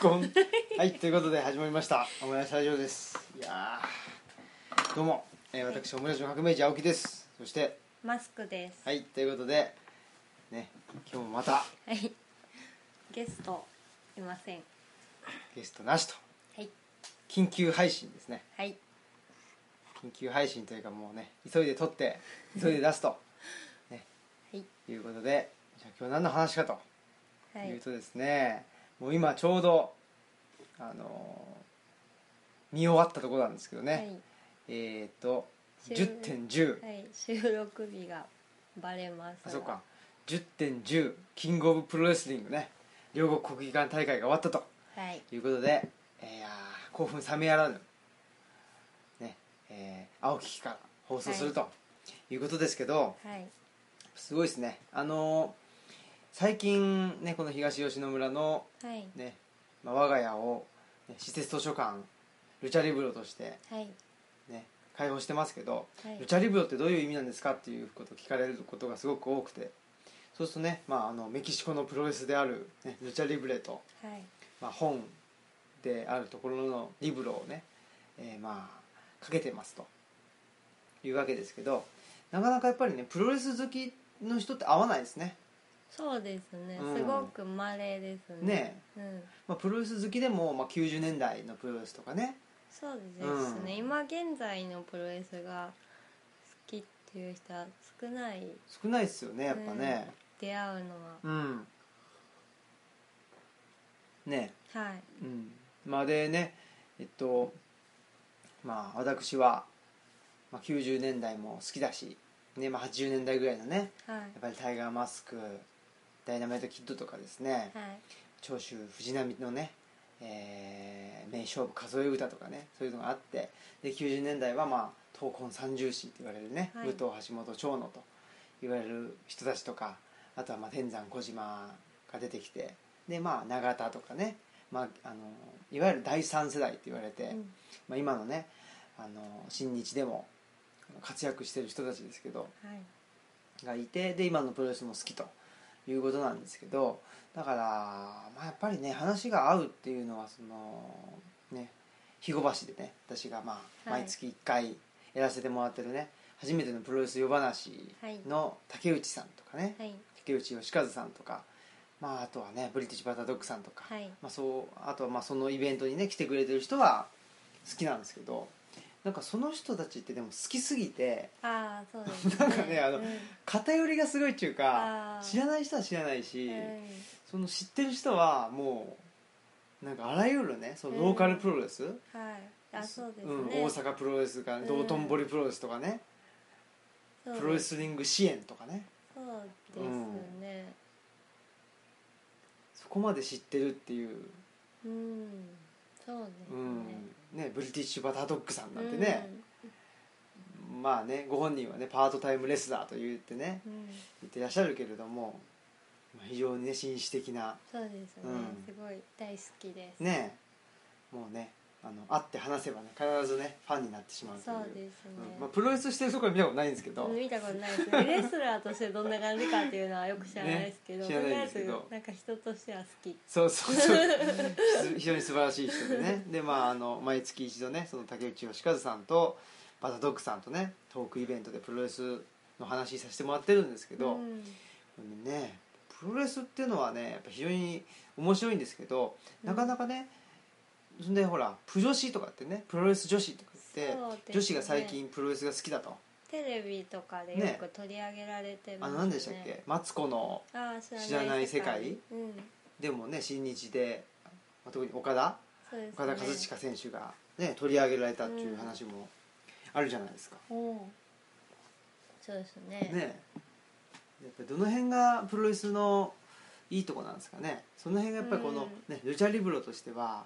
こんはいということで始まりましたオムライスラジオですいやーどうも、えー、私オムライスの革命児青木ですそしてマスクです。はいということでね今日もまたはい。ゲストいません。ゲストなしとはい緊急配信ですねはい緊急配信というかもうね急いで撮って急いで出すと、ねはいいうことでじゃあ今日何の話かとはいういとですね、もう今ちょうどあのー見終わったところなんですけどね、はいえっ、ー、と終了10.10、はい収録日がバレますあが。そうか10.10キングオブプロレスリングね両国国技館大会が終わったとはいいうことで、えーいやー興奮冷めやらぬ、ねえー青木機から放送すると、い、うことですけどはいすごいですねあのー最近ねこの東吉野村の、はいねまあ、我が家を、ね、施設図書館ルチャリブロとして、はいね、開放してますけどはいルチャリブロってどういう意味なんですかっていうことを聞かれることがすごく多くてそうするとね、まあ、あのメキシコのプロレスである、ね、ルチャリブレと、はいまあ、本であるところのリブロをね、えーまあかけてますというわけですけどなかなかやっぱりねプロレス好きの人って合わないですね。そうですね。うんすごく稀ですね。ねうんまあ、プロレス好きでも、まあ、90年代のプロレスとかねそうですね。うん今現在のプロレスが好きっていう人は少ない少ないですよねやっぱね。出会うのはうん、ねはいうん、まあでねえっとまあ私は、まあ、90年代も好きだし、ねまあ、80年代ぐらいのねはいやっぱりタイガーマスクダイナマイトキッドとかですねはい長州藤波のね、えー名勝負数え歌とかねそういうのがあってで90年代はまあ闘魂三重士って言われるね、はい武藤橋本長野と言われる人たちとかあとはまあ天山小島が出てきてでまあ永田とかね、まあ、あのいわゆる第三世代って言われて、うんまあ、今のねあの新日でも活躍してる人たちですけどはいがいてで今のプロレスも好きということなんですけどだから、まあ、やっぱりね話が合うっていうのはそのね肥後橋でね私がまあはい毎月1回やらせてもらってるね、初めてのプロレス夜話の竹内さんとかね、はい竹内義和さんとか、まあ、あとはねブリティッシュバタードッグさんとか、はいまあ、そうあとはまあそのイベントにね来てくれてる人は好きなんですけどなんかその人たちってでも好きすぎて。ああそうですね。 なんかねあのうん偏りがすごいっていうかあー知らない人は知らないし、うんその知ってる人はもうなんかあらゆるねそのローカルプロレス、はい、あそうですね、うん、大阪プロレスとか、うん道頓堀プロレスとかねそうプロレスリング支援とかねそうですねそこまで知ってるっていう、うん、そうですうね,、んね、ブリティッシュバタードッグさんなんてね、まあねご本人はねパートタイムレスラーと言ってねうん、うん、言ってらっしゃるけれどもまあ非常にね紳士的なそうですね、うんすごい大好きです、ねえもうねあの会って話せばね必ずねファンになってしまうとそいううですね、うんまあ、プロレスしてるところは見たことないんですけど、見たことないです ねレスラーとしてどんな感じかっていうのはよく知らないですけど、ね知らないですけどとりあえずなんか人としては好きそうそうそう 非常に素晴らしい人でねでまああの毎月一度ねその竹内義和さんとバタドッグさんとねトークイベントでプロレスの話させてもらってるんですけど、うんねプロレスっていうのはねやっぱ非常に面白いんですけどなかなかね、そんでほらプ女子とかってねプロレス女子とか言って、そうですね女子が最近プロレスが好きだと。テレビとかでよく取り上げられてあます、のね何でしたっけマツコのあー知らない世界うんでもね新日でまあ特に岡田そうですね岡田和親選手がね取り上げられたっていう話もあるじゃないですか、おそうですねねやっぱりどの辺がプロレスのいいとこなんですかねその辺がやっぱりこの、ねルチャリブロとしては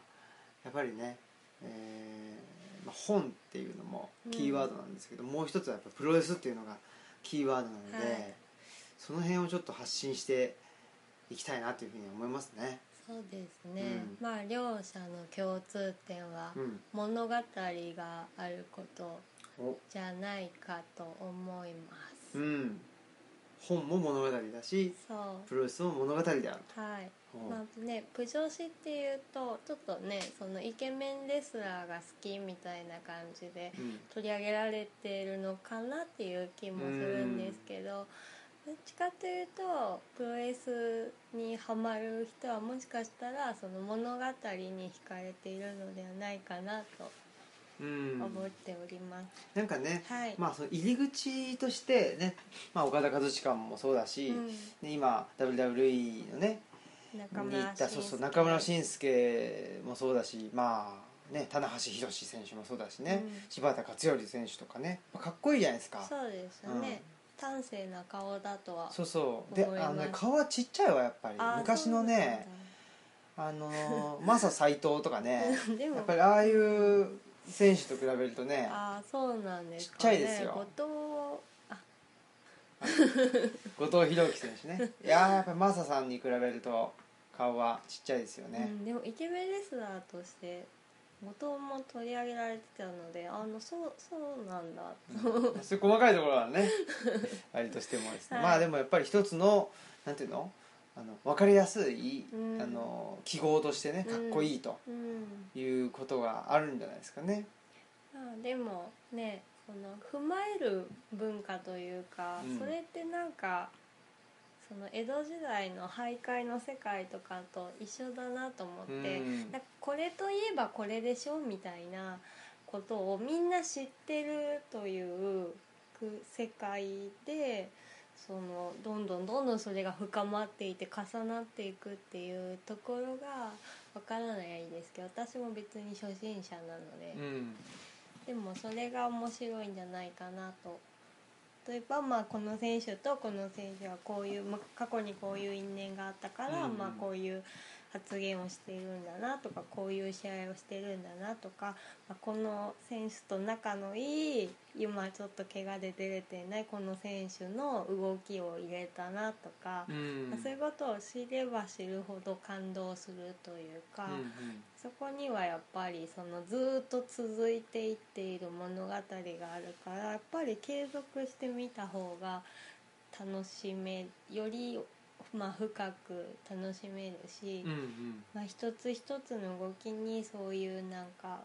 やっぱりね、えーまあ、本っていうのもキーワードなんですけど、もう一つはやっぱプロレスっていうのがキーワードなので、はいその辺をちょっと発信していきたいなというふうに思いますね。そうですね、うまあ両者の共通点はうん、物語があることおじゃないかと思いまうす、ん、本も物語だしそプロレスも物語であるうはいとうんまあね、プジョーシっていうとちょっとねそのイケメンレスラーが好きみたいな感じでうん取り上げられてるのかなっていう気もするんですけどどっちかというとプロレスにハマる人はもしかしたらその物語に惹かれているのではないかなとうん思っております。なんかね、はい、まあ、その入り口としてね、まあ、岡田和親もそうだし、うんね今 WWE のね中に行村ったそうそう中村慎介もそうだしまあね棚橋宏選手もそうだしね、うん柴田勝頼選手とかねかっこいいじゃないですかそうですよね、端正な顔だとはそうそうで思いますあの、ね、顔はちっちゃいわやっぱりあー昔のねあのーマサ斎藤とかねそうなんだ でもやっぱりああいう選手と比べるとねああそうなんですちっちゃいですよ後藤後藤弘樹選手ねいやーやっぱりマサさんに比べると顔はちっちゃいですよねう、ん、でもイケメンレスラーとして後藤も取り上げられてたのであのそうそうなんだうんそういう細かいところはねあれとしてもですね、はいまあでもやっぱり一つのなんていうのあの分かりやすい、うんあの記号としてねかっこいいとうんいうことがあるんじゃないですかね。まあでもねその踏まえる文化というか、うんそれってなんかその江戸時代の徘徊の世界とかと一緒だなと思って、うんなんかこれといえばこれでしょみたいなことをみんな知ってるというく世界でそのどんどんどんどんそれが深まっていて重なっていくっていうところがわからないですけど私も別に初心者なので、うんでもそれが面白いんじゃないかなと。例えばまあこの選手とこの選手はこういう、まあ、過去にこういう因縁があったから、うんまあこういう発言をしているんだなとかこういう試合をしてるんだなとか、まあ、この選手と仲のいい今ちょっと怪我で出れてないこの選手の動きを入れたなとか、うんまあそういうことを知れば知るほど感動するというか。うんそこにはやっぱりそのずーっと続いていっている物語があるからやっぱり継続して見た方が楽しめより、まあ、深く楽しめるし、うんうんまあ、一つ一つの動きにそういうなんか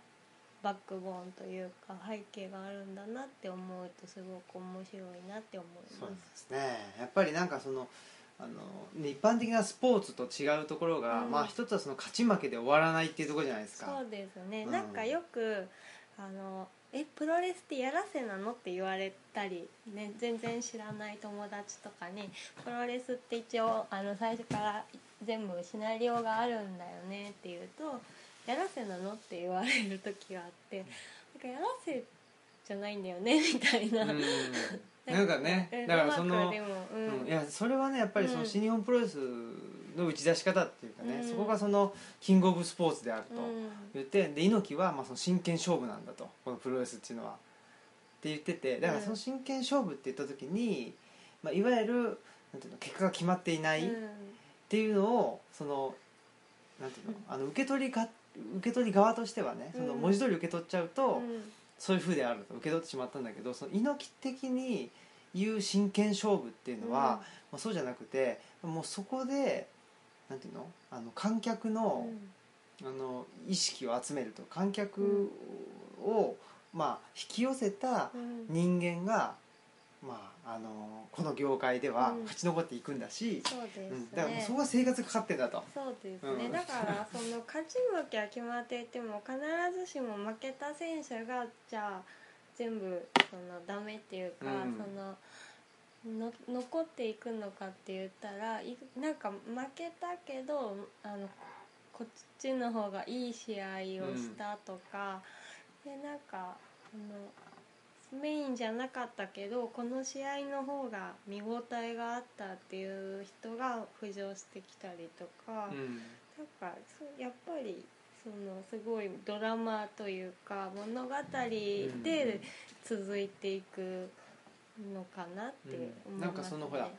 バックボーンというか背景があるんだなって思うとすごく面白いなって思いそうま。なんですすねやっぱりなんかそのあのね一般的なスポーツと違うところが、うんまあ一つはその勝ち負けで終わらないっていうところじゃないですかそうですね、うんなんかよくあのえプロレスってやらせなのって言われたり、ね、全然知らない友達とかにプロレスって一応あの最初から全部シナリオがあるんだよねって言うとやらせなのって言われる時があってなんかやらせじゃないんだよねみたいな、 うん、なんかねだからその、でも、ううんんいやそれはねやっぱりそうのん新日本プロレスの打ち出し方っていうかね、うんそこがそのキングオブスポーツであるとうん言って、で猪木はまあその真剣勝負なんだとこのプロレスっていうのはって言っててだからうんその真剣勝負って言った時に、まあ、いわゆるなんていうの結果が決まっていないっうんていうのをそのなんていうのあの受け取りか受け取り側としてはねそのうん文字通り受け取っちゃうと、うんそういうふうであると受け取ってしまったんだけどその猪木的に言う真剣勝負っていうのは、まあ、そうじゃなくてもうそこでなんていうのあの観客の,、あの意識を集めると観客を、まあ、引き寄せたうんうん人間が、まあ、あのこの業界ではうん勝ち残っていくんだし、そうですね、うんだからもうそこが生活がかかってんだと。そうですね、うんだからその勝ち負けは決まっていても必ずしも負けた選手がじゃあ全部そのダメっていうか、うんその。の残っていくのかって言ったらいなんか負けたけどあのこっちの方がいい試合をしたとか、でなんかあのメインじゃなかったけどこの試合の方が見応えがあったっていう人が浮上してきたりとか、うんなんかそうやっぱりそのすごいドラマというか物語で続いていくのかなって思います、うねんなんかそのほらなん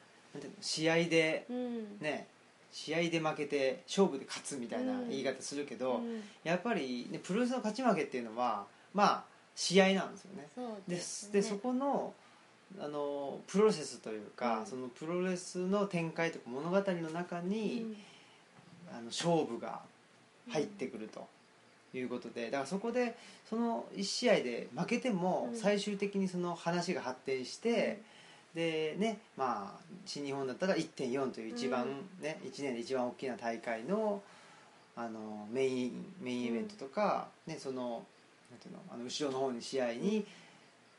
ていうの試合でうん、ね試合で負けて勝負で勝つみたいな言い方するけど、うんやっぱり、ね、プロレスの勝ち負けっていうのはまあ試合なんですよね。そうでです、ね、でそこのあのプロセスというか、うんそのプロレスの展開とか物語の中うんに、あの勝負が入ってくるということでだからそこでその1試合で負けてもうん最終的にその話が発展して、でねまあ新日本だったら1.4という一番、ね1年で一番大きな大会のあのメインメインイベントとか、ね、そのなんていうのあの後ろの方に試合に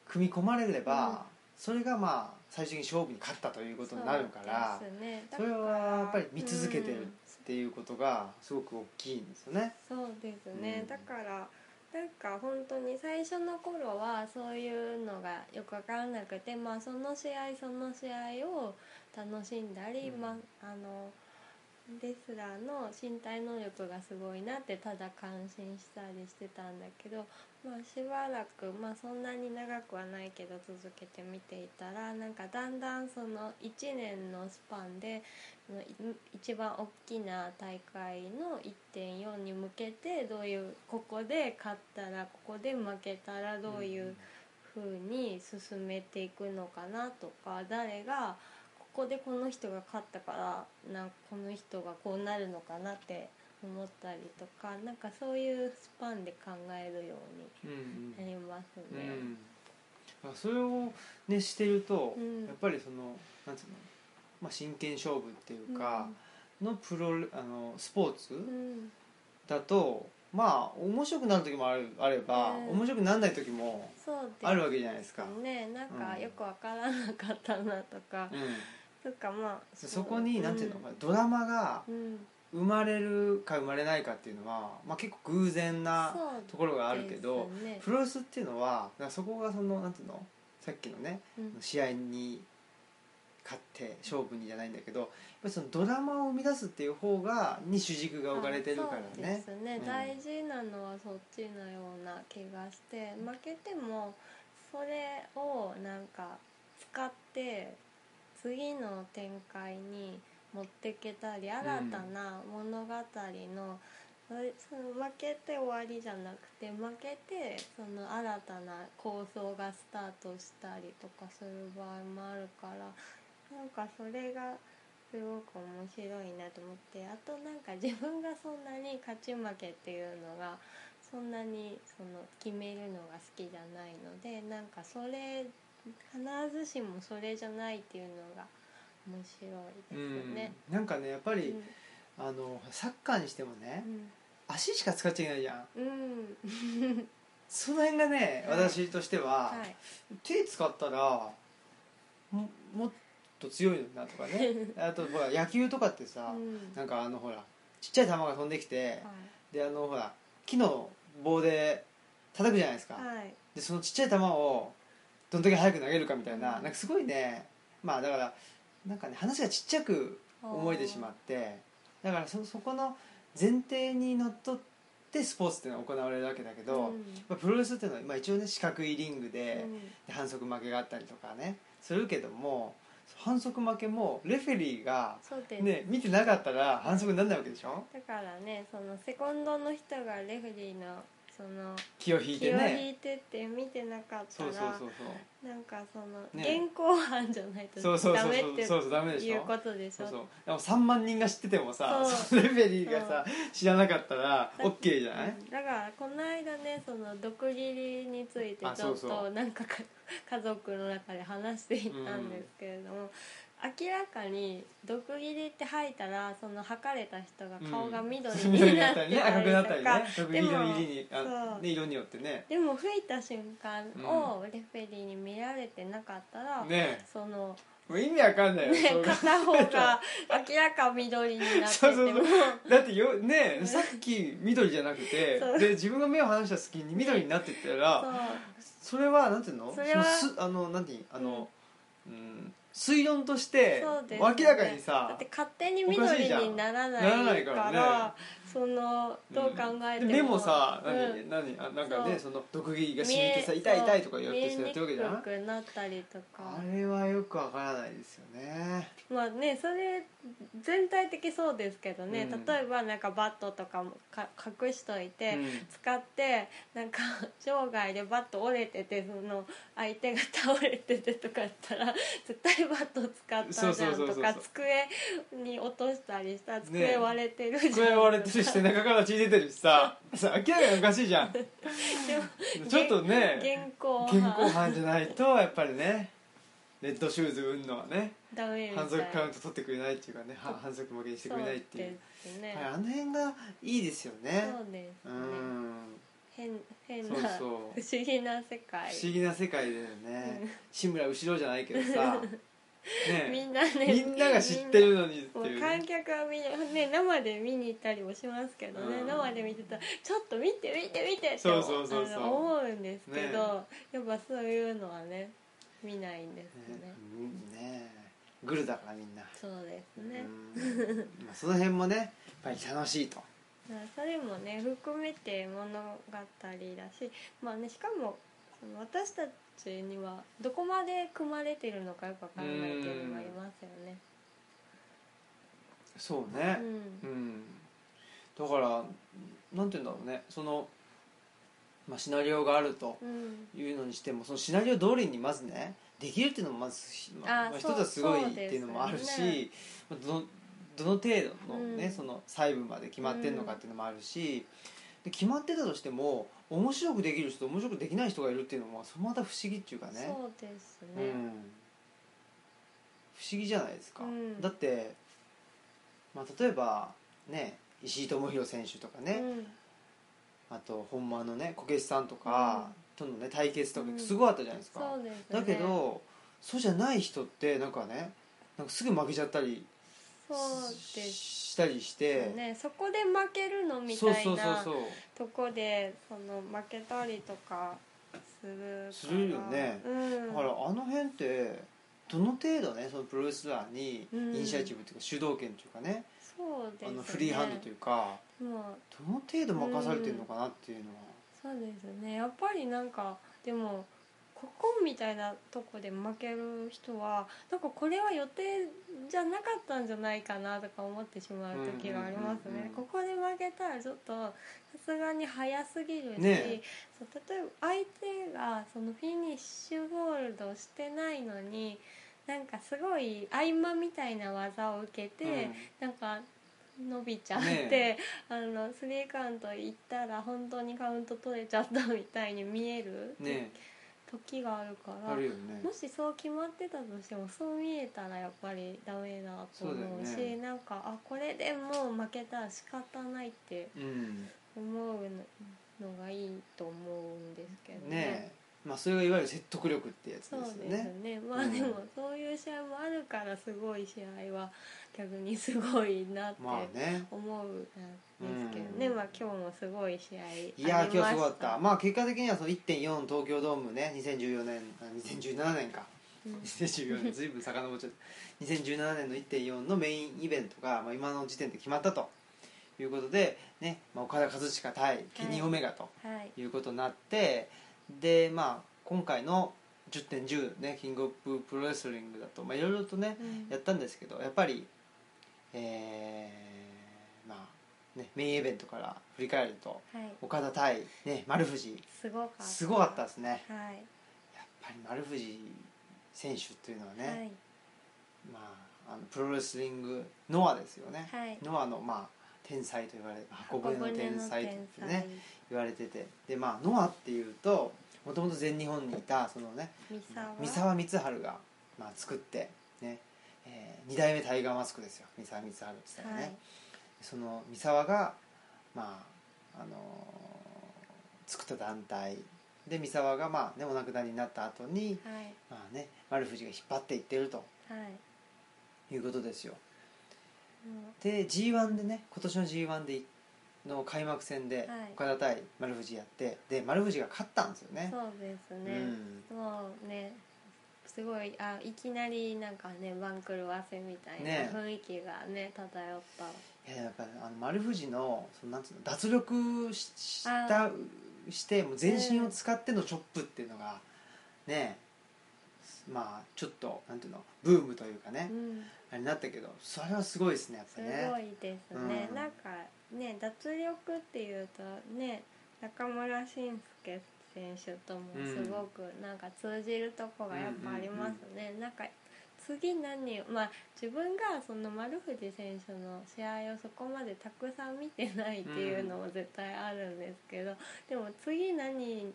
組み込まれれば、うんそれがまあ最終的に勝負に勝ったということになるからそうですねだそかられはやっぱり見続けてるうっんていうことがすごく大きいんですよね。そうですね、うんだからなんか本当に最初の頃はそういうのがよく分からなくて、まあ、その試合その試合を楽しんだり、うんまあ、あのレスラーの身体能力がすごいなってただ感心したりしてたんだけど、まあ、しばらく、まあ、そんなに長くはないけど続けて見ていたらなんかだんだんその1年のスパンでそのい一番大きな大会の1.4に向けてどういうここで勝ったらここで負けたらどういう風に進めていくのかなとか誰がここでこの人が勝ったからなんかこの人がこうなるのかなって思ったりとかなんかそういうスパンで考えるようんうになりますうんね。うんだからそれをねしてると、うんやっぱりそのなんつうの、まあ、真剣勝負っていうか、のプロレあのスポーツ、うんだとまあ面白くなる時もあるあれば、うん面白くならない時もそうですあるわけじゃないですか、ねなんかうんよくわからなかったなとかうん、そっかまあそこに何ていうの、かドラマがうん生まれるか生まれないかっていうのは、まあ、結構偶然なそうところがあるけど、ですねプロレスっていうのはだからそこがその何ていうのさっきのねうん試合に勝って勝負にじゃないんだけどやっぱりそのドラマを生み出すっていう方がに主軸が置かれてるからあそうでねすね、うん大事なのはそっちのような気がして負けてもそれをなんか使って次の展開に持ってけたり新たな物語の、それその負けて終わりじゃなくて負けてその新たな構想がスタートしたりとかする場合もあるからなんかそれがすごく面白いなと思ってあとなんか自分がそんなに勝ち負けっていうのがそんなにその決めるのが好きじゃないのでなんかそれ必ずしもそれじゃないっていうのが面白ういですんね。なんかねやっぱうり、んあのサッカーにしてもね、足しか使っちゃいけないじゃんうん、うんその辺がね、はい私としては、はい手使ったらももっと強いのになとか ねあとほら野球とかってさ、うんなんかあのほらちっちゃい球が飛んできて、であのほら木の棒で叩くじゃないですか、はいはいでそのちっちゃい球をどんだけ早く投げるかみたいな,、うんなんかすごいねまあだからなんかね話がちっちゃく思えてしまってだからそそこの前提にのっとってスポーツっていうのは行われるわけだけうど、んまあ、プロレスっていうのは、まあ、一応ね四角いリングで,、うんで反則負けがあったりとかねするけども反則負けもレフェリーが、そうですねね、見てなかったら反則にならないわけでしょだからねそのセコンドの人がレフェリーのその気を引い気てを引ねいてって見てなかったそうらそうそうなんかそのね現行犯じゃないとそうそうそうダそうメっそうてそうそうダメでしいうょことでしそうょそうでも3万人が知っててもさそうそのレフェリーがさ知らなかったら OK じゃないうんだからこの間ねその毒斬りについてあちょっそうそとなんかか家族の中で話していたんですけれども、明らかに毒斬りって吐いたらその吐かれた人が顔が緑緑ににななってたったり りね赤くなったりとかね特に色ににでもあそうね色によってねでも吹いた瞬間をレフェリーに見られてなかったら、ねその、もう意味わかんないよ、ねそ、う 片方が明らか緑になっててもそうそうそうだってよねさっき緑じゃなくてそうで自分が目を離した隙に緑になってったそらうそれはなんていうのそれはのすあの何ていうあの、うん、推論としてそうですね明らかにださって勝手に緑にならないからならないからねそのどう考えても、でもさうん何、何あなんかねその毒気が見染みえてさ痛い痛いとかやってそさうやってるわけじゃん見えにくくなったりとかあれはよくわからないですよねまあねそれ全体的そうですけどね、うん例えばなんかバットとかもか隠しといて、うん使ってなんか 生涯でバット折れててその相手が倒れててとかやったら 絶対バット使ったじゃんそうそうそとうそうかそう机に落としたりしたらね机割れてるじゃん、机割れてるし 背中から血出てるしささ明らかにおかしいじゃんちょっとね現行現行犯じゃないとやっぱりねレッドシューズ運のはねダメみたいな反則カウント取ってくれないっていうかねは反則負けにしてくれないっていうそうですねはい、あの辺がいいですよねそうでうすねん変変そうなそう不思議な世界不思議な世界だよねうん志村後ろじゃないけど さみんねなねみんなが知ってるのにってもういう観客はみんな、ね、生で見に行ったりもしますけどね、うん生で見てたらちょっと見て見て見てってそうそうそうそうあの思うんですけど、やっぱそういうのはね見ないんですよねねねグルだからみんな、そうですね、うんまあその辺もねやっぱり楽しいとまあそれもね含めて物語だしまあねしかもその私たちにはどこまで組まれてるのかよくわからないっていうのもありますよねそうねううんん、だからなんて言うんだろうねその、まあ、シナリオがあるとうんいうのにしてもそのシナリオ通りにまずねできるっていうのもまずひ、まああまあ、一つそうはすごいそっうてですいうのもあるし、ねまあどのどの程度の,、ねうんその細部まで決まってるのかっていうのもあるし、で決まってたとしても面白くできる人と面白くできない人がいるっていうのもそれまた不思議っていうかねそうですうん、不ね、思議じゃないですか、うんだって、まあ、例えばね石井智弘選手とかね、うんあと本間のねこけしさんとかとのね対決とかうんすごかったじゃないですか、そうですねだけどそうじゃない人ってなんかねなんかすぐ負けちゃったりそうしですしたりして、ねそこで負けるのみそうそたいうそうなそうとこでその負けたりとかするからするよねうん、だからあの辺ってどの程度ねそのプロレスラーにイニシアチブというか主導権というかね、そうですねあのフリーハンドというかもうどの程度任されてるのかなっていうのは、そうですねやっぱりなんかでもここみたいなとこで負ける人はなんかこれは予定じゃなかったんじゃないかなとか思ってしまう時がありますうね、んうんうんうんここで負けたらちょっとさすがに早すぎるし、ねそう例えば相手がそのフィニッシュホールドしてないのになんかすごい合間みたいな技を受けて、なんか伸びちゃって、ねあのスリーカウント行ったら本当にカウント取れちゃったみたいに見えるうん、ね時があるから、あるよねもしそう決まってたとしてもそう見えたらやっぱりダメだと思うそうしだよねなんかあこれでもう負けたら仕方ないってうん思うのがいいと思うんですけどね。ねまあそれがいわゆる説得力ってやつそうでですすよねねまあうんでもそういう試合もあるからすごい試合は逆にすごいなってまあね思うんですけどね、うんまあ今日もすごい試合いやあーり今ま日すしごかったまあ結果的にはその1.4東京ドームね2014年あ2017年かうん2014年 随分遡っちゃった2017年の1.4のメインイベントが、まあ、今の時点で決まったということで、ねまあ、岡田和親対ケニー・オメガとはいいうことになって、でまあ今回の10.10ねキングオブプロレスリングだとまあいろいろとねうんやったんですけどやっぱりえーまあねメインイベントから振り返るとはい岡田対、ね、丸藤すごかったすごかったですねはいやっぱり丸藤選手というのはね、はいまあ、あのプロレスリングノアですよね、はいノアの、まあ、天才と言われ箱舟の天才と言ってね言われててで、まあ、ノアっていうともともと全日本にいたその、ね、三沢三沢光晴が、まあ、作って、ねえ2代目タイガーマスクですよ三沢光晴って言ったらね、はいその三沢が、まああの作った団体で三沢が、まあね、お亡くなりになった後に、はいまあね、丸藤が引っ張っていってるとはいいうことですよ。もで G1 でね今年の G1 での開幕戦ではい岡田対丸藤やってで丸藤が勝ったんですようね。そうですうね、んもうねすごいあいきなりなんかね番狂わせみたいねな雰囲気がね漂ったいややっぱりあの丸藤のそのなんつうの脱力ししたあしてもう全身を使ってのチョップっていうのがねえまあちょっとなんていうのブームというかね、うんあれになったけどそれはすごいですねやっすぱねごいですね、うんなんかね脱力っていうとね中村俊輔選手ともすごくなんか通じるとこがやっぱありますね、なんか次何をまあ自分がその丸藤選手の試合をそこまでたくさん見てないっていうのも絶対あるんですけど、でも次何来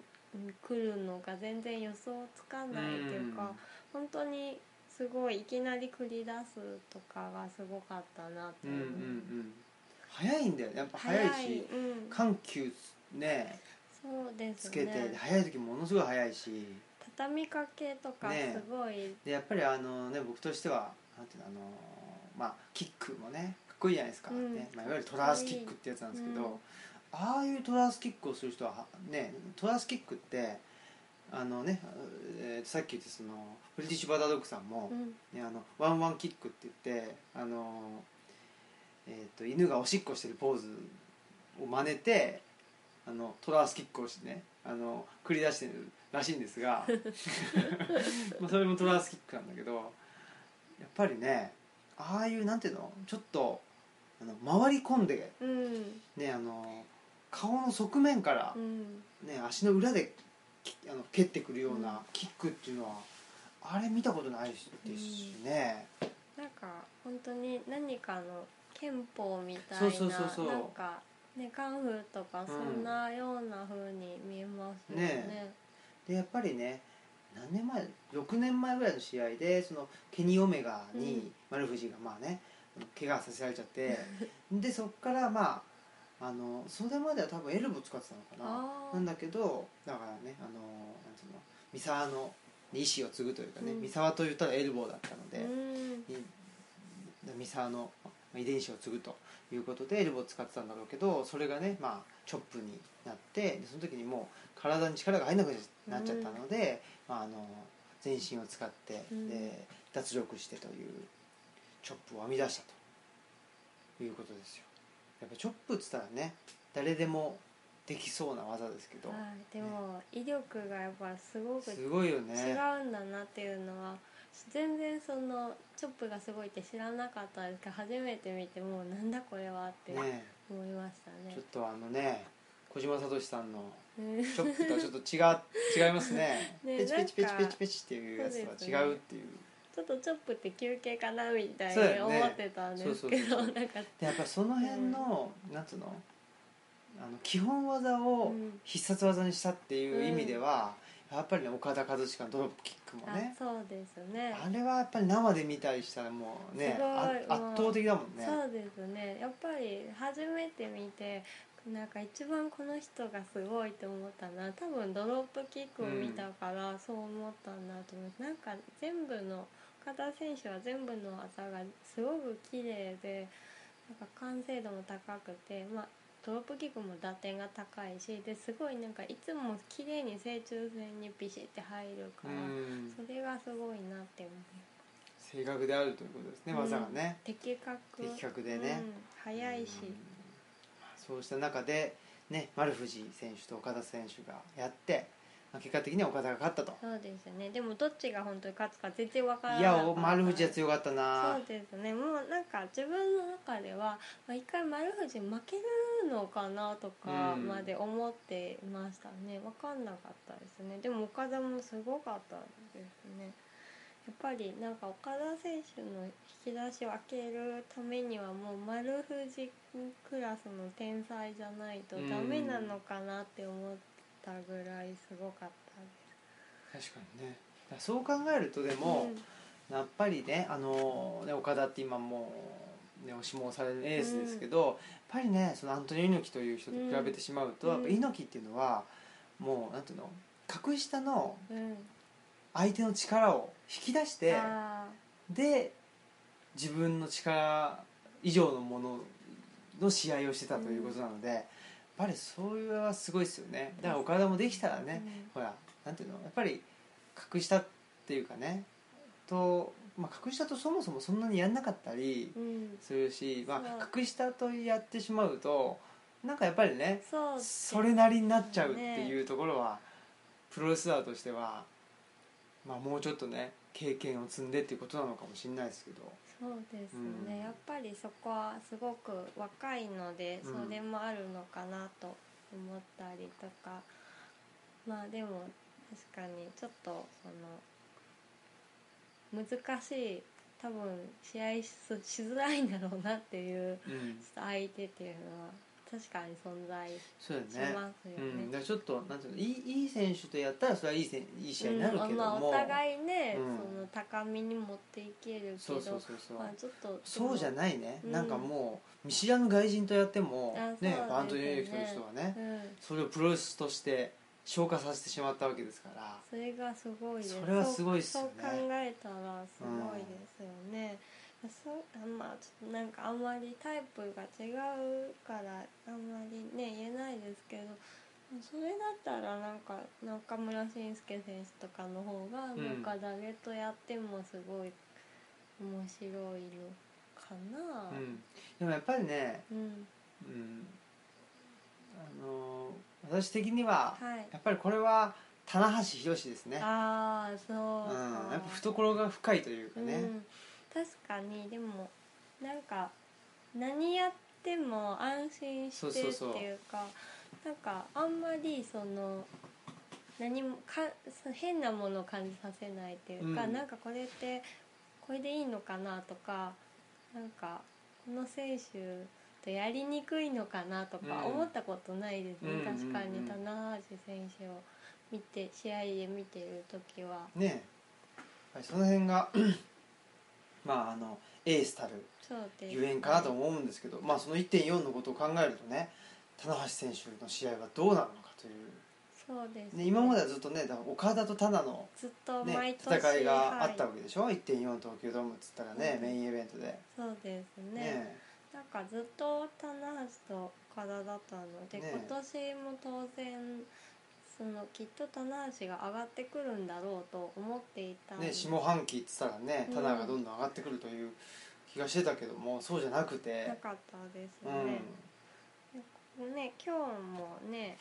るのか全然予想つかないっていうか、本当にすごいいきなり繰り出すとかがすごかったなとうんう思んうんううん早いんだよねやっぱ早いしうん、緩急ねそうですつけねて、早い時ものすごい早いし畳みかけとかねすごい、でやっぱりあのね僕としてはなんていうのあのまあキックもねかっこいいじゃないですか、うんねまあ、いわゆるトラースキックってやつなんですけど、うんああいうトラースキックをする人ははねトラースキックってあのね、えーさっき言ったそのブリティッシュバタードッグさんもう、んねあのワンワンキックって言ってあの、えー、と犬がおしっこしてるポーズを真似てあのトラースキックをしてねあの繰り出してるらしいんです が まあそれもトラースキックなんだけどやっぱりねああいうなんていうのちょっとあの回り込んで、うんね、あの顔の側面からう、んね、足の裏できあの蹴ってくるようなキックっていうのは、あれ見たことないですしね。なんか本当に何かの憲法みたいなそうそうそうそうなんかねカンフーとかそんなような風に見えますよね,、ねでやっぱりね何年前6年前ぐらいの試合でそのケニー・オメガに丸藤がまあね怪我させられちゃってでそっからまああの袖までは多分エルボ使ってたのかなあーなんだけどだからねあのなんつうの三沢の意思を継ぐというかね、うん三沢と言ったらエルボーだったので、うんに三沢のまあ遺伝子を継ぐということでエルボーを使ってたんだろうけどそれがね、まあ、チョップになってでその時にもう体に力が入らなくなっちゃったので、まあ、あの全身を使って、うんで脱力してというチョップを編み出したということですよ。やっぱチョップっつったらね誰でもできそうな技ですけど、はい、でも威力がやっぱすごくすごいよね。違うんだなっていうのは全然そのチョップがすごいって知らなかったんですけど初めて見てもうなんだこれはって思いねましたねちょっとあのね小島聡さんのうんショックとはちょっと違う違いますねねペチペチペチなんかペチペチっていうやつとは違うっていうちょっとチョップって休憩かなみたいそうだによ思ねってたんですけそうそうそどうそうなんかでやっぱりその辺の、なんつうのあの基本技をうん必殺技にしたっていう意味では、やっぱりね岡田和親のドロップキックもあねそうですねあれはやっぱり生で見たりしたらもうねすごいあ圧もう倒的だもんねそうですねやっぱり初めて見てなんか一番この人がすごいと思ったな多分ドロップキックを見たからそう思ったんだと思う、なんか全部の岡田選手は全部の技がすごく綺麗でなんか完成度も高くて、まあ、ドロップキックも打点が高いしですごいなんかいつも綺麗に正中線にビシッて入るかうら、んそれがすごいなって思う。正確であるということですね、うん技がね的確的確でねうん、早いし、うんそうした中で、ね、丸藤選手と岡田選手がやってまあ結果的には岡田が勝ったとそうですねでもどっちが本当に勝つか全然わからないいやお丸藤はは強かったなそうですねもうなんか自分の中ではまあ一回丸藤負けるのかなとかうんまで思ってましたね分かんなかったですねでも岡田もすごかったですねやっぱりなんか岡田選手の引き出しを開けるためにはもう丸藤クラスの天才じゃないとダメなのかなって思ったぐらいすごかったです。確かにねだからそう考えるとでも、やっぱりねあのね岡田って今もう、ね、押し申されるエースですけど、やっぱりねそのアントニオ猪木という人と比べてしまうと、うんやっぱ猪木っていうのはもうなんていうの格下のうん、うん、相手の力を引き出してあで自分の力以上のものの試合をしてたということなので、やっぱりそれはすごいですよねだから岡田もできたらーね、うほんらなんていうのやっぱり格下っっていうかねと、まあ、格下とそもそもそんなにやんなかったりうんするし、まそうあ、格下とやってしまうとなんかやっぱりねそうですそれなりになっちゃうっていうところは、プロレスラーとしては、まあ、もうちょっとね経験を積んでっていうことなのかもしれないですけど。そうですね、うんやっぱりそこはすごく若いのでうんそれもあるのかなと思ったりとか、まあでも確かにちょっとその難しい多分試合ししづらいんだろうなっていううんちょっと相手っていうのは確かに存在しそうだよねますようね。ん、だからちょっとなんていうのいいいい選手とやったらそれはいいせんいい試合になるけども、うんまあ、お互いね、うんその高みに持っていけるけどそうそうそうそう、まあ、ちょっとそうじゃないないね、うんなんかもう見知らぬ外人とやってもあねそうバントですニよねエレクトの人はねうん、それをプロレスとして消化させてしまったわけですからそれがすごいですそれはすごいっすよねそうそう考えたらすごいですよね、そうあまあちょっとなんかあんまりタイプが違うからあんまりね言えないですけどそれだったらなんか中村俊輔選手とかの方がうんなんか誰とやってもすごい面白いのかなう、ん、でもやっぱりね、うんうん、あのー私的にははいやっぱりこれは棚橋宏ですね、ああそううん、か、やっぱ懐が深いというかね、うん、確かにでもなんか何やっても安心してっていそうそううかそうなんかあんまりその何もかそ変なものを感じさせないっていうか、うんなんかこれってこれでいいのかなとかなんかこの選手とやりにくいのかなとかうん思ったことないですね、うんうんうん確かに棚橋選手を見て試合で見てる時はねやっぱりその辺が まああのエースたるそうですゆえんかなと思うんですけど、まあ、その1.4のことを考えるとね棚橋選手の試合はどうなるのかという、そうです、ね、今まではずっとねだから岡田と棚の、ずっと毎ね、年、戦いがあったはいわけでしょ、1.4東京ドームっつったらね、うんメインイベントで、ねそうですねなんかずっと棚橋と岡田だったので、ね今年も当然そのきっと棚橋が上がってくるんだろうと思っていたんね、下半期っつったらねうん棚がどんどん上がってくるという気がしてたけどもそうじゃなくてな。かったですうねん,、ね今日もね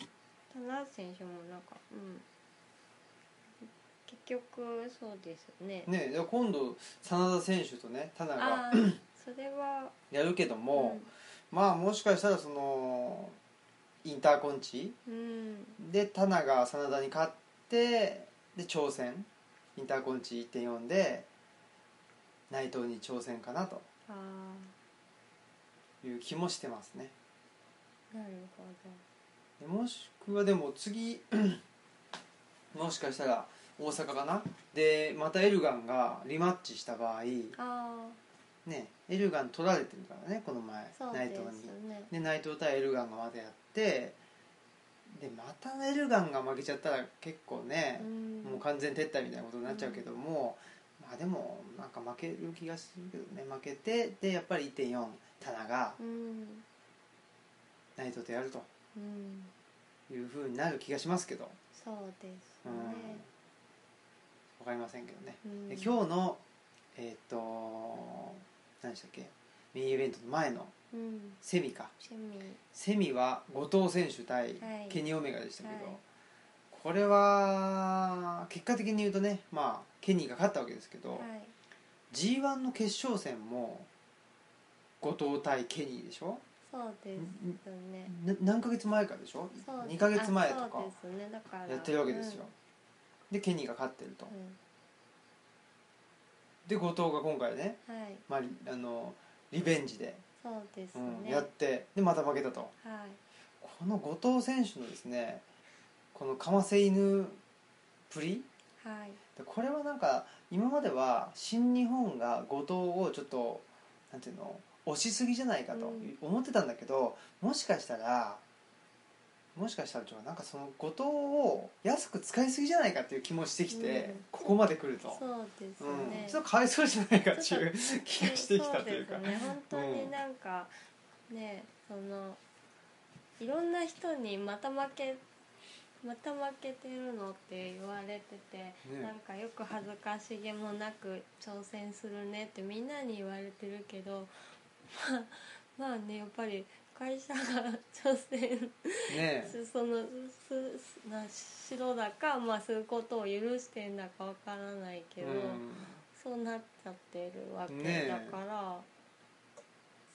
棚橋選手もなんかうん結局そうですねね、で今度真田選手とね棚があーそれはやるけども、まあもしかしたらそのインターコンチうん、うんでタナが真田に勝ってで挑戦インターコンチ1.4で内藤に挑戦かなとあいう気もしてますねーなるほどでもしくはでも次 もしかしたら大阪かなでまたエルガンがリマッチした場合あねエルガン取られてるからねこの前あそう内で藤すにねで内藤対エルガンがまたやってでまたエルガンが負けちゃったら結構ね、んもう完全撤退みたいなことになっちゃうけども、まあでもなんか負ける気がするけどね負けてでやっぱり1.4タナがうんナイトとやるとうんいうふうになる気がしますけど、そうですうんね、わかりませんけどね、うんで今日のえーっと何でしたっけメインイベントの前のうんセミか趣味セミは後藤選手対はいケニー・オメガでしたけど、はいこれは結果的に言うとね、まあ、ケニーが勝ったわけですけど、はい g 1の決勝戦も後藤対ケニーでしょそうですねな何ヶ月前かでしょそう2ヶ月前とあかそうですねだからやってるわけですよ、でケニーが勝ってるとうんうんで後藤が今回ね、はいまあ、あのリベンジで、そうですうね、んやってでまた負けたとはいこの後藤選手のですねこのかませ犬プリはいでこれはなんか今までは新日本が後藤をちょっとなんていうの押しすぎじゃないかとうん思ってたんだけど、もしかしたらもしかしたらちょっとなんかその後藤を安く使いすぎじゃないかっていう気もしてきて、うんここまで来ると。そうですうん、ね、ちょっとかわいそうじゃないかっていう気がしてきたというかそうですね本当になんか、ねそのいろんな人にまた負けまた負けてるのって言われてて、なんかよく恥ずかしげもなく挑戦するねってみんなに言われてるけど まあまあねやっぱり会社が挑戦ねえすそのすすな白だか、まあ、そういうことを許してんだかわからないけど、そうなっちゃってるわねけえだから、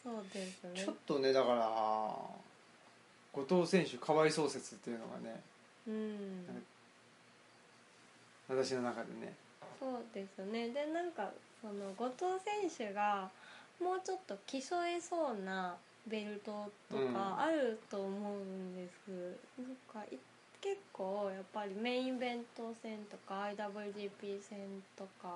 そうでうすん、ねちょっとねだから後藤選手かわいそう説っていうのがねうんなんか私の中でねそうですねでなんかその後藤選手がもうちょっと競えそうなベルトとうんかあると思うんです、なんかい結構やっぱりメインイベント戦とか IWGP 戦とか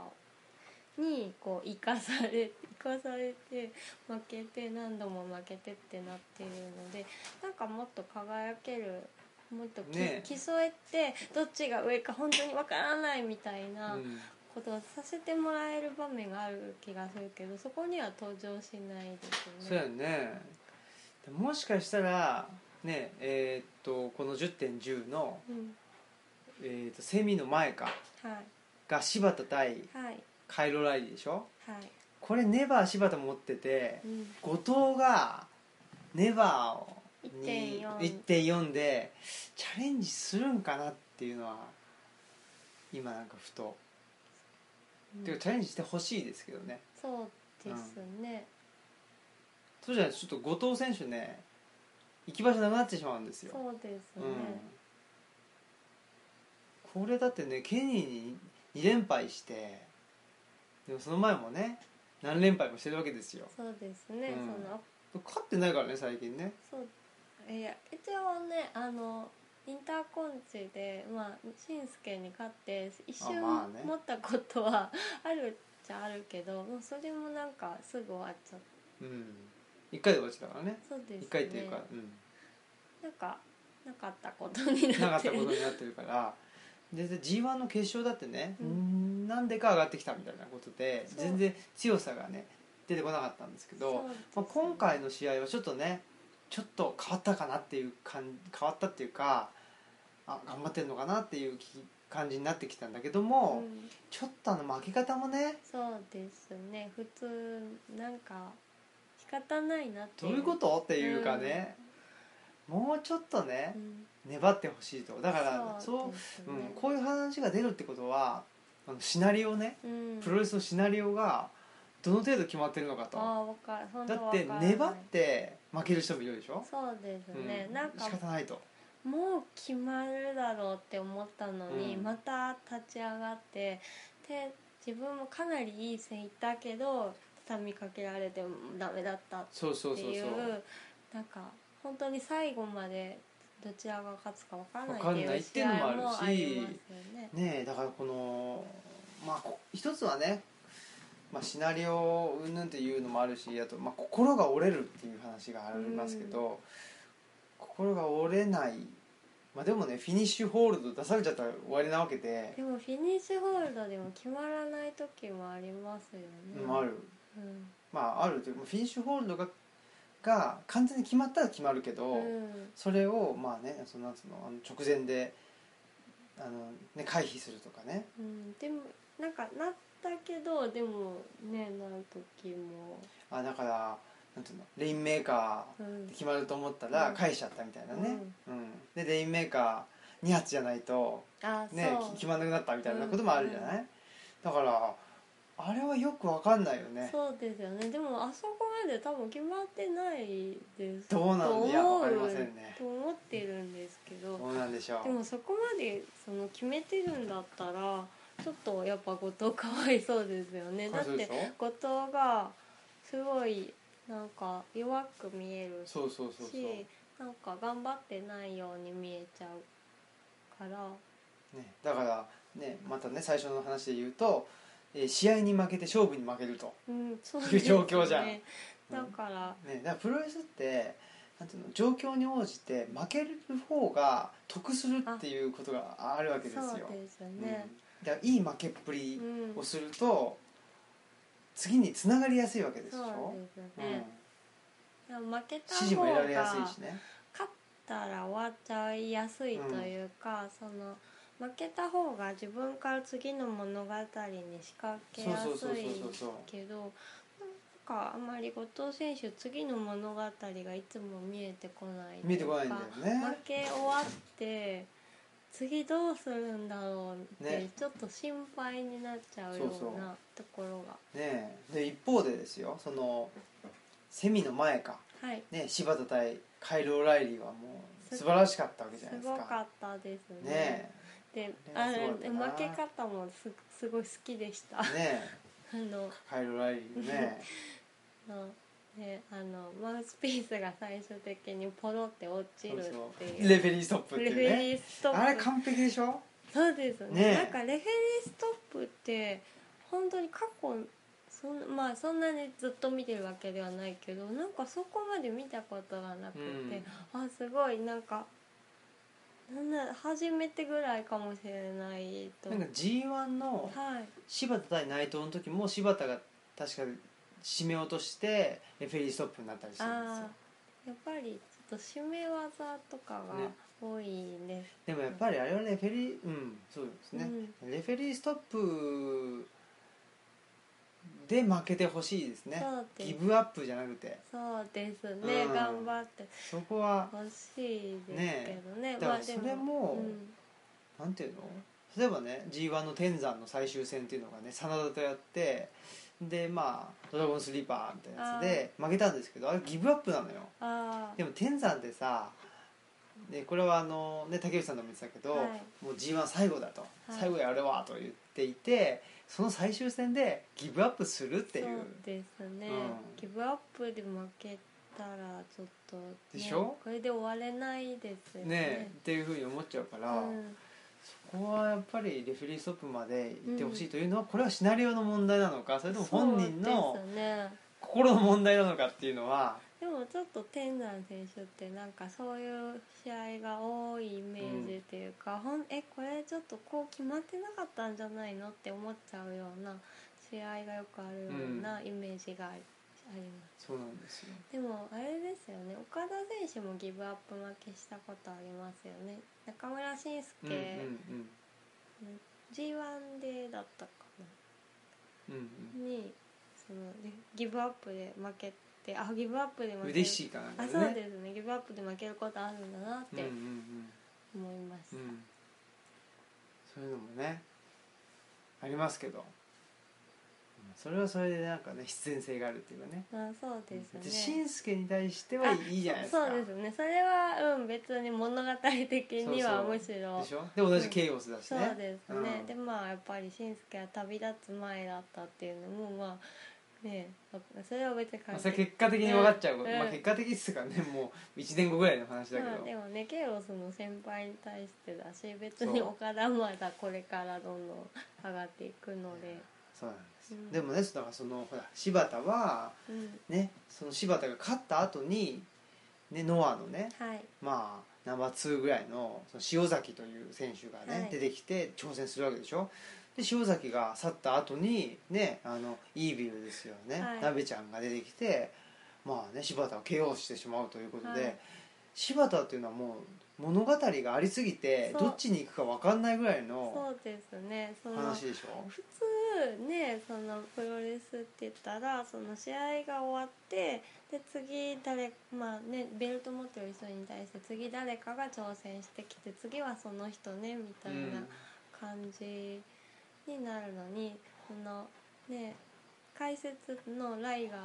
にこう生かされ生かされて負けて何度も負けてってなってるのでなんかもっと輝けるもっとき、ねえ競えてどっちが上か本当にわからないみたいな。うんことをさせてもらえる場面がある気がするけどそこには登場しないですそうねやねでもしかしたらねえーっとこの10.10の、うんえーっとセミの前かはいが柴田対はいカイロ・ライリーでしょはいこれネバー柴田持っててうん後藤がネバーをに1.4 1.4でチャレンジするんかなっていうのは今なんかふと、てかチャレンジしてほしいですけどねそうですねそうじゃないとちょっと後藤選手ね行き場所なくなってしまうんですよそうですねうん、これだってねケニーに2連敗してでもその前もね何連敗もしてるわけですよそうですねうんその勝ってないからね最近ねそういや一応ねあのインターコンチでまあ紳助に勝って一瞬あまあね持ったことはあるっちゃあるけどもうそれもなんかすぐ終わっちゃったうん1回で落ちたからねそうですね1回っていうか、うん、なんかなかったことにななかっってたこるとになってるからでで g 1の決勝だってね、うなんでか上がってきたみたいなことでそう全然強さがね出てこなかったんですけど、そうですねまあ、今回の試合はちょっとねちょっと変わったかなっていう感変わったっていうかあ頑張ってんのかなっていうき感じになってきたんだけども、うんちょっとあの負け方もねそうですね普通なんか仕方ないなってどういうことっていうかね、もうちょっとねうん粘ってほしいとだからそうですう、ねん、こういう話が出るってことはあのシナリオねうんプロレスのシナリオがどの程度決まってるのかとああわかる本当だわっかてらない粘って負ける人もいるでしょ、そうですね、うんなんか仕方ないともう決まるだろうって思ったのに、うんまた立ち上がってで自分もかなりいい線いったけど畳みかけられてダメだったそうそうってそういうそうなんか本当に最後までどちらが勝つか分かんわかないんっなていいっうて試いう合のもあるしもありますよね。ねえだからこのまあこ一つはね、まあ、シナリオ云々っていうのもあるしあと、まあ、心が折れるっていう話がありますけど、心が折れない、まあ、でもねフィニッシュホールド出されちゃったら終わりなわけで、でもフィニッシュホールドでも決まらない時もありますよね。うんあるうん。まああるというかフィニッシュホールドがが完全に決まったら決まるけど、うん。それをまあねそのなんつうのあの直前であの、ね、回避するとかねうん。でもなんかなったけどでもねなる時も。あだからなんていうのレインメーカうーん。決まると思ったらうん返しちゃったみたいなね、うんでレインメーカー2発じゃないと、あね、そうき決まんなくなったみたいなこともあるじゃない、だからあれはよくわかんないよねそうですよねでもあそこまで多分決まってないですどうなんと思いやわかりませんねと思ってるんですけど、どうなんでしょでもそこまでその決めてるんだったらちょっとやっぱ後藤かわいそうですよねうだっそうでてしょ後藤がすごいなんか弱く見えるしそうそうそうそう、ね、なんか頑張ってないように見えちゃうからだからねまたね最初の話で言うと、えー試合に負けて勝負に負けると、うんそういう状況じゃんですねだから、ね、だからプロレスってなんていうの状況に応じて負ける方が得するっていうことがあるわけですそうよ。ですようんね、だからいい負けっぷうりんをすると、次につながりやすいわけですでしそうょ。ですようんね、でも負け支た持も得方らがれやすいしね。勝ったら終わっちゃいやすいというか、その負けた方が自分から次の物語に仕掛けやすそうそいうそうそうそうけどなんかあんまり後藤選手次の物語がいつも見えてこない見えてこないんだよ負ねけ終わって次どうするんだろうって、ねちょっと心配になっちゃうよそうそううなところがねえで一方でですよそのセミの前か、はいね、柴田対カイル・オライリーはもう素晴らしかったわけじすゃないですごかかったですねねでああれはすごいでな負け方もすすごい好きでしたえねあのえカイル・オライリー ねのねあのマウスピースが最終的にポロって落ちるっていうレフェリーストップってレフいうェねリーストップあれ完璧でしょそうですねねえなんかレフェリーストップって本当に過去そん,、まあ、そんなにずっと見てるわけではないけどなんかそこまで見たことがなくて、あすごいなんかなんだ初めてぐらいかもしれないとなんか G1 のはい柴田対内藤の時も柴田が確か締め落としてレフェリーストップになったりしてるんですあよーやっぱりちょっと締め技とかがね多いんです、でもやっぱりあれはレフェリーうんそうですね、レフェリーストップで負けてほしいですねそうですギブアップじゃなくてそうですね、うん頑張ってそこはほしいですけどねだからそれも、うんなんていうの例えばね g 1の天山の最終戦っていうのがね真田とやってでまあドラゴンスリーパーみたいなやつで負けたんですけどあれギブアップなのよあでも天山ってさでこれはあの、ね、竹内さんとも言ってたけど、はいもう g 1最後だと、い最後やるわと言っていてその最終戦でギブアップするっていうそうですね、うんギブアップで負けたらちょっとね、でしょこれで終われないですよねねっていうふうに思っちゃうかうら、ん、そこはやっぱりレフェリーストップまで行ってほしいというのは、これはシナリオの問題なのかそれとも本人そのうですね心の問題なのかっていうのはでもちょっと天山選手ってなんかそういう試合が多いイメージっていうか、ほんえこれちょっとこう決まってなかったんじゃないのって思っちゃうような試合がよくあるようなイメージがありあります。そうなんですよでもあれですよね岡田選手もギブアップ負けしたことありますよね中村慎介、うんうん G1 でだったかうんうんなにそのねギブアップで負けてあギブアップで負うんけ嬉しいかなんかあねそうですねギブアップで負けることあるんだなっうんうんて思いましうた、んうんそういうのもねありますけどそれはそれでなんかね必然性があるっていうかねあそうでですね紳助に対してはいいじゃないですかそうですねそれはうん別に物語的にはむしろでしょで同じケイオスだしそね、うですね、うんでまあやっぱりしんすけは旅立つ前だったっていうのもまあねそれは別にま関あ、そ係れ結果的に分かっちゃう、うんまあ、結果的っすからねもう1年後ぐらいの話だけど、まあでもねケイオスの先輩に対してだし別にそう岡田まだこれからどんどん上がっていくので、そうなんです、うんでもねだからそのほら柴田はうん、ねその柴田が勝った後にねノアのねはいまあナンバー2ぐらいのその塩崎という選手がね、はい出てきて挑戦するわけでしょで塩崎が去った後にねあのイービルですよね、はい鍋ちゃんが出てきてまあね柴田を KO してしまうということで、はい柴田っていうのはもう物語がありすぎてそうどっちに行くか分かんないぐらいのそうですねその話でしょ普通ねそのプロレスって言ったらその試合が終わってで次誰まあねベルト持ってる人に対して次誰かが挑戦してきて次はその人ねみたいな感じになるのに、そのね解説のライガー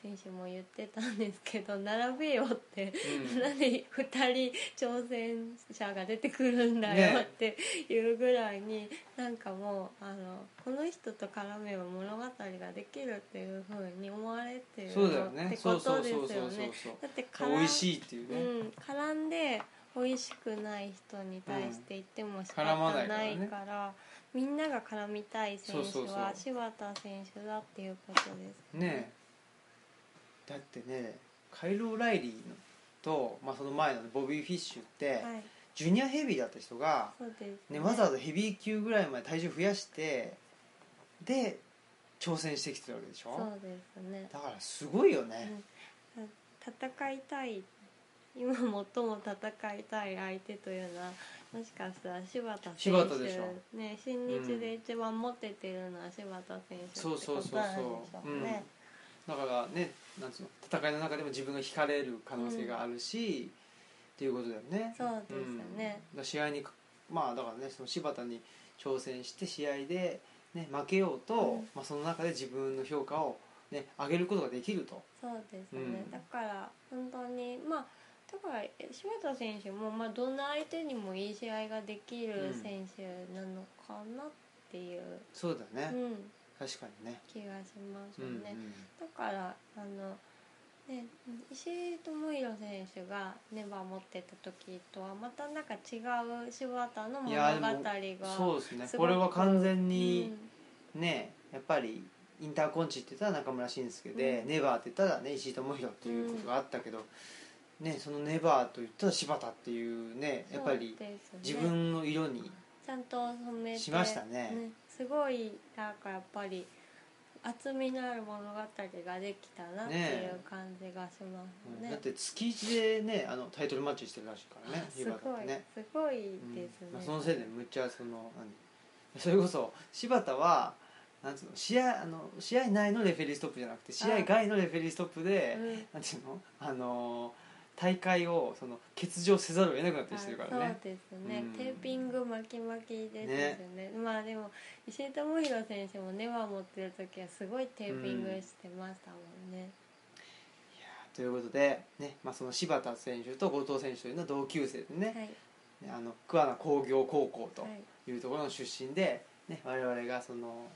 選手も言ってたんですけど並べよって うんなんで2人挑戦者が出てくるんだよっていうぐらいに、なんかもうあのこの人と絡めば物語ができるっていうふうに思われてるそうだよね ってそこうそとうですそようそうそうね。そうだってそう美味い、しいっていううね、ん、絡んで美味しくない人に対して言っても仕方うん絡まなないいかからら,、ねみんなが絡みたい選そうそう手そうは柴田選手だっていうことです。ねえだってねカイル・オライリーのと、まあ、その前のボビー・フィッシュって、はい、ジュニアヘビーだった人が、そうです、ね、わざわざヘビー級ぐらいまで体重増やしてで挑戦してきてるわけでしそょうですね。だからすごいよね、戦いたい今最も戦いたい相手というのはもしかしたら柴田選柴田でし手ね新日で一番モテてるのは柴田選手そうってそうこそうとそうなんでしょうね。だからねなんつうの戦いの中でも自分が惹かれる可能性があるし、っていうことだよねそうですよね、うんだから試合にかまあだからねその柴田に挑戦して試合で、ね、負けようと、うんまあ、その中で自分の評価を、ね、上げることができると、そうですね、うんだから本当にまあだからえ柴田選手も、まあ、どんな相手にもいい試合ができる選手なのかなっていう、そうだうね、ん確かにね気がしますうね。んだからあの、ね、石井智弘選手がネバー持ってた時とはまたなんか違う柴田のい物や語でがもそうですねすごこくれは完全うにんね、やっぱりインターコンチって言ったら中村慎介で、うんネバーって言ったらね石井智弘っていうことがあったけど、ね、そのネバーと言ったら柴田っていうねやっぱりそうですね自分の色にちゃんと染めてしましたねすごいなんかやっぱり厚みのある物語ができたなっていねう感じがしますね。だって月一でねあのタイトルマッチしてるらしいからねあす柴ご田ってい、ね、すごういんですね。まあ、そのせいでむっちゃその何それこそ柴田はなんつうの試合あの試合内のレフェリーストップじゃなくて試合外のレフェリーストップでうんなんていうのあの大会をその欠場せざるを得なくなったりしてるからあねそうですね、うんテーピング巻き巻きですよねまあでも石井智弘選手もネバー持ってる時はすごいテーピングしてましたもんね、いやーということで、ねまあ、その柴田選手と後藤選手というのは同級生でね、はいあの桑名工業高校とはいいうところの出身で、ね、我々がその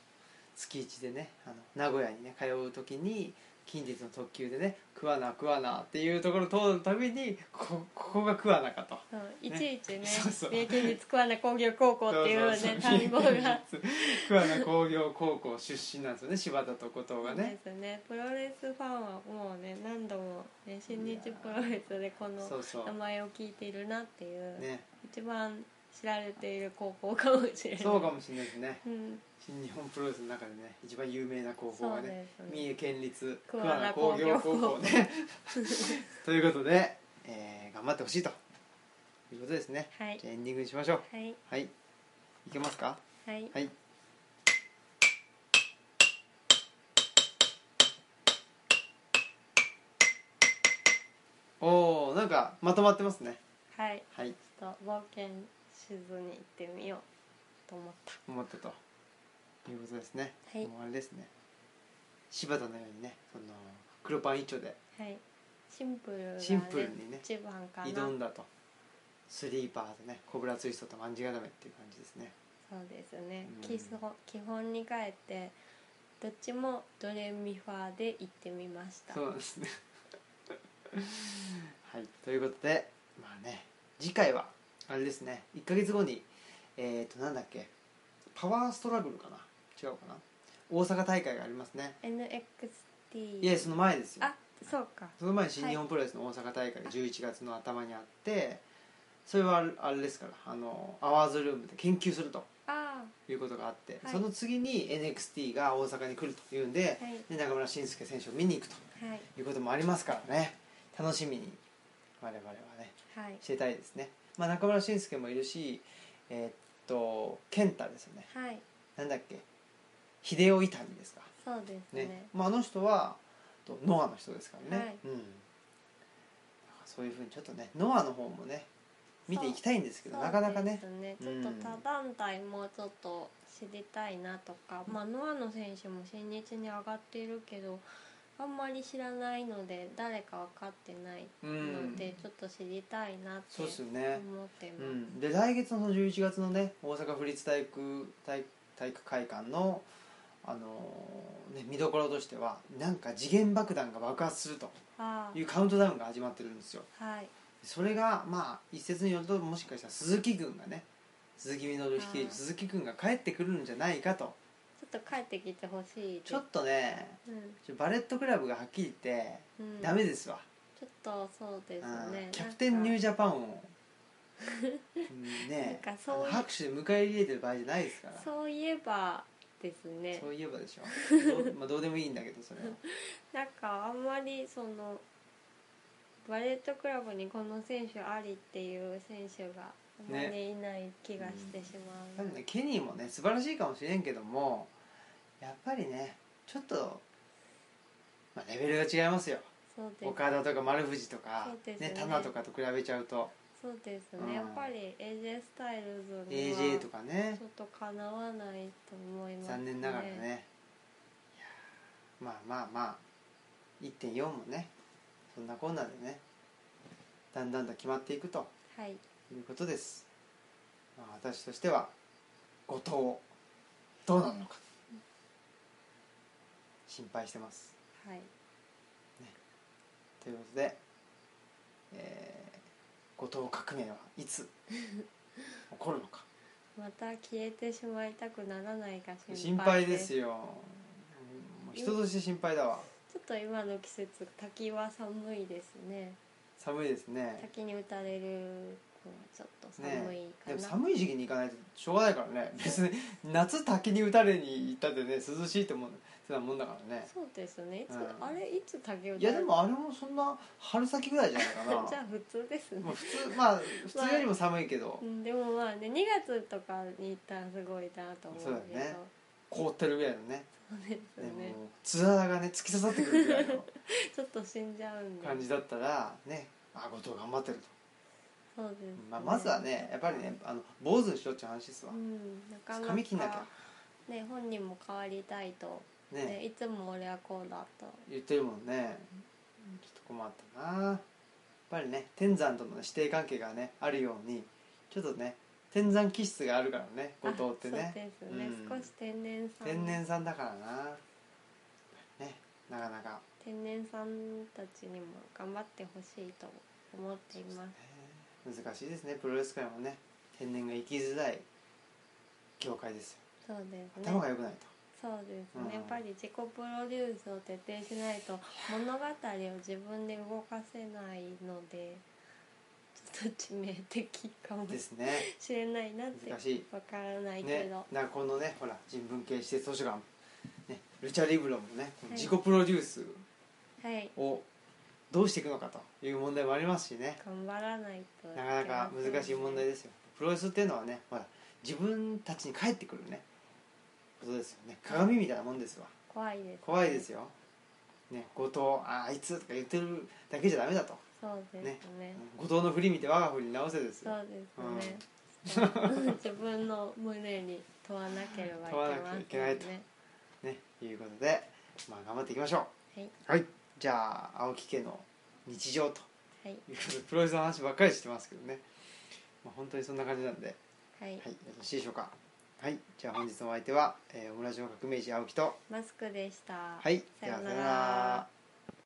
月一でねあの名古屋にね通う時に近日の特急でね「桑名桑名」っていうところを通るたびにこここが桑名かと。そういちいちね「そうそう名県立桑名工業高校」っていうねそうそうそう単語が桑名工業高校出身なんですよね柴田と後藤がねですねプロレスファンはもうね何度も、ね、新日プロレスでこのそうそ名う前を聞いているなっていう、 ね一番知られている高校かもしれないそうかもしれないですねうん、新日本プロレスの中でね一番有名な高校そがうねですね三重県立桑桑名名工工業業高高校校ね ということで、えー頑張ってほしいということですねはいじゃあエンディングにしましょうはいはいいけますかはいはいおおんかまとまってますねはいはいちょっと冒険しずに行ってみようと思った思ったということですね、はいもうあれですね柴田のようにねその黒パン一丁ではいシンプルが、ね、シンプルにね一番かな挑んだとスリーパーでねコブラツイストと万字固めっていう感じですねそうですね、うん基礎基本に帰ってどっちもドレミファで行ってみましたそうなんですね はいということでまあね次回はあれですね1か月後にえっ、ー、となんだっけパワーストラグルかな違うかな大阪大会がありますね NXT いやその前ですよあそうかその前に新日本プロレスの大阪大会が11月の頭にあってそれはあれあれですからあのアワーズルームで研究するとあいうことがあって、はいその次に NXT が大阪に来るというんで、はいで中村慎介選手を見に行くとーはいいうこともありますからね楽しみに我々はねはいしてたいですね、まあ、中村慎介もいるしえーっと健太ですよねはいなんだっけ秀夫伊丹ですかそうですねねまあ、あの人はとノアの人ですからね、はいうん、だからそういうふうにちょっとねノアの方もね見ていきたいんですけどなかなかねそうですねちょっと他団体もちょっと知りたいなとか、まあ、ノアの選手も新日に上がっているけどあんまり知らないので誰か分かってないうんので、ちょっと知りたいなってそう思っすよっね、てうます、ん、で来月のその11月のね大阪府立体育体体育会館の、あのーね、見どころとしてはなんか次元爆弾が爆発するとあいうカウントダウンが始まってるんですよあはいそれがまあ一説によるともしかしたら鈴木軍がね鈴木みのる率いるあー鈴木軍が帰ってくるんじゃないかとちょっと帰ってきてほしいですちょっとねうんちょバレットクラブがはっきり言ってうん、ダメですわ、ちょっとそうですねうんキャプテンニュージジャパン をうんねなんかそういうあの拍手で迎え入れてる場合じゃないですからそういえばですねそういえばでし ょ どう,、まあ、どうでもいいんだけどそれはなんかあんまりそのバレットクラブにこの選手ありっていう選手があまりいない気がしてしま多う、分ねケニーもね素晴らしいかもしれんけどもやっぱりねちょっと、まあ、レベルが違いますよそうです岡田とか丸藤とかそう、ですねね、タナとかと比べちゃうとそうですね、うんやっぱり AJ スタイルズには AJ とかねちょっとかなわないと思います、残念ながらねいやーまあまあまあ1.4もねそんなこんなでねだんだんと決まっていくとはいいうことです、まあ、私としては後藤どうなるのか心配してますはいということで、えー後藤革命はいつ起こるのかまた消えてしまいたくならないが心心配配でですすようんもう人として心配だわちょっと今の季節滝は寒いですね寒いですね滝に打たれるのはちょっと寒いかでな、も寒い時期に行かないとしょうがないからね別に夏滝に打たれに行ったってね涼しいってもんそんなもんだからねそうですねいうつ、んあれいつ滝を打たれいるやでもあれもそんな春先ぐらいじゃないかな じゃあ普通ですねもう普通まあ普通よりも寒いけどうんでもまあね2月とかに行ったらすごいなと思うけそうだどね凍ってるぐらいのねそうですでよもねつららがね突き刺さってくるぐらいのちょっと死んじゃうんで感じだったらねあ後藤頑張ってると、そうです、ねまあ、まずはねやっぱりねあの坊主にしろっていう話ですわうんなかなか髪切んなきゃね本人も変わりたいと、ねね、いつも俺はこうだと言ってるもんねちょっと困ったなやっぱりね天山とのね師弟関係がねあるようにちょっとね天山気質があるからね後藤ってあねそうですね、うん少し天然さん天然さんだからなねなかなか、天然さんたちにも頑張ってほしいと思っていまねす難しいですねプロレス界もね天然が生きづらい業界ですそうですよね頭が良くないと、そうですね、うんやっぱり自己プロデュースを徹底しないと物語を自分で動かせないのでちょっと致命的かもですねしれないなって難しいわからないけねど、なんかこのねほら人文系施設図書館、ね、ルチャリブロもねい自己プロデュース、はいをどうしていくのかという問題もありますしね頑張らないとなかなか難しい問題でですよプロレスっていうのはねほら自分たちに返ってくるねことですよね鏡みたいなもんですわ怖いです、ね、怖いですよ、ね、後藤ああいつとか言ってるだけじゃダメだとそうですね後藤の振り見て我が振り直せですそうよですね、 自分の胸に問わなければいけませんね問わなきゃいけないとねいうことでまあ頑張っていきましょはいうはいじゃあ青木家の日常とはいいうことでプロレスの話ばっかりしてますけどね、まあ、本当にそんな感じなんではい、はい、よろしいでしょうか。はい、じゃあ本日のお相手は、えー、オムラジオ革命児青木と。マスクでしたはい、さようなではら。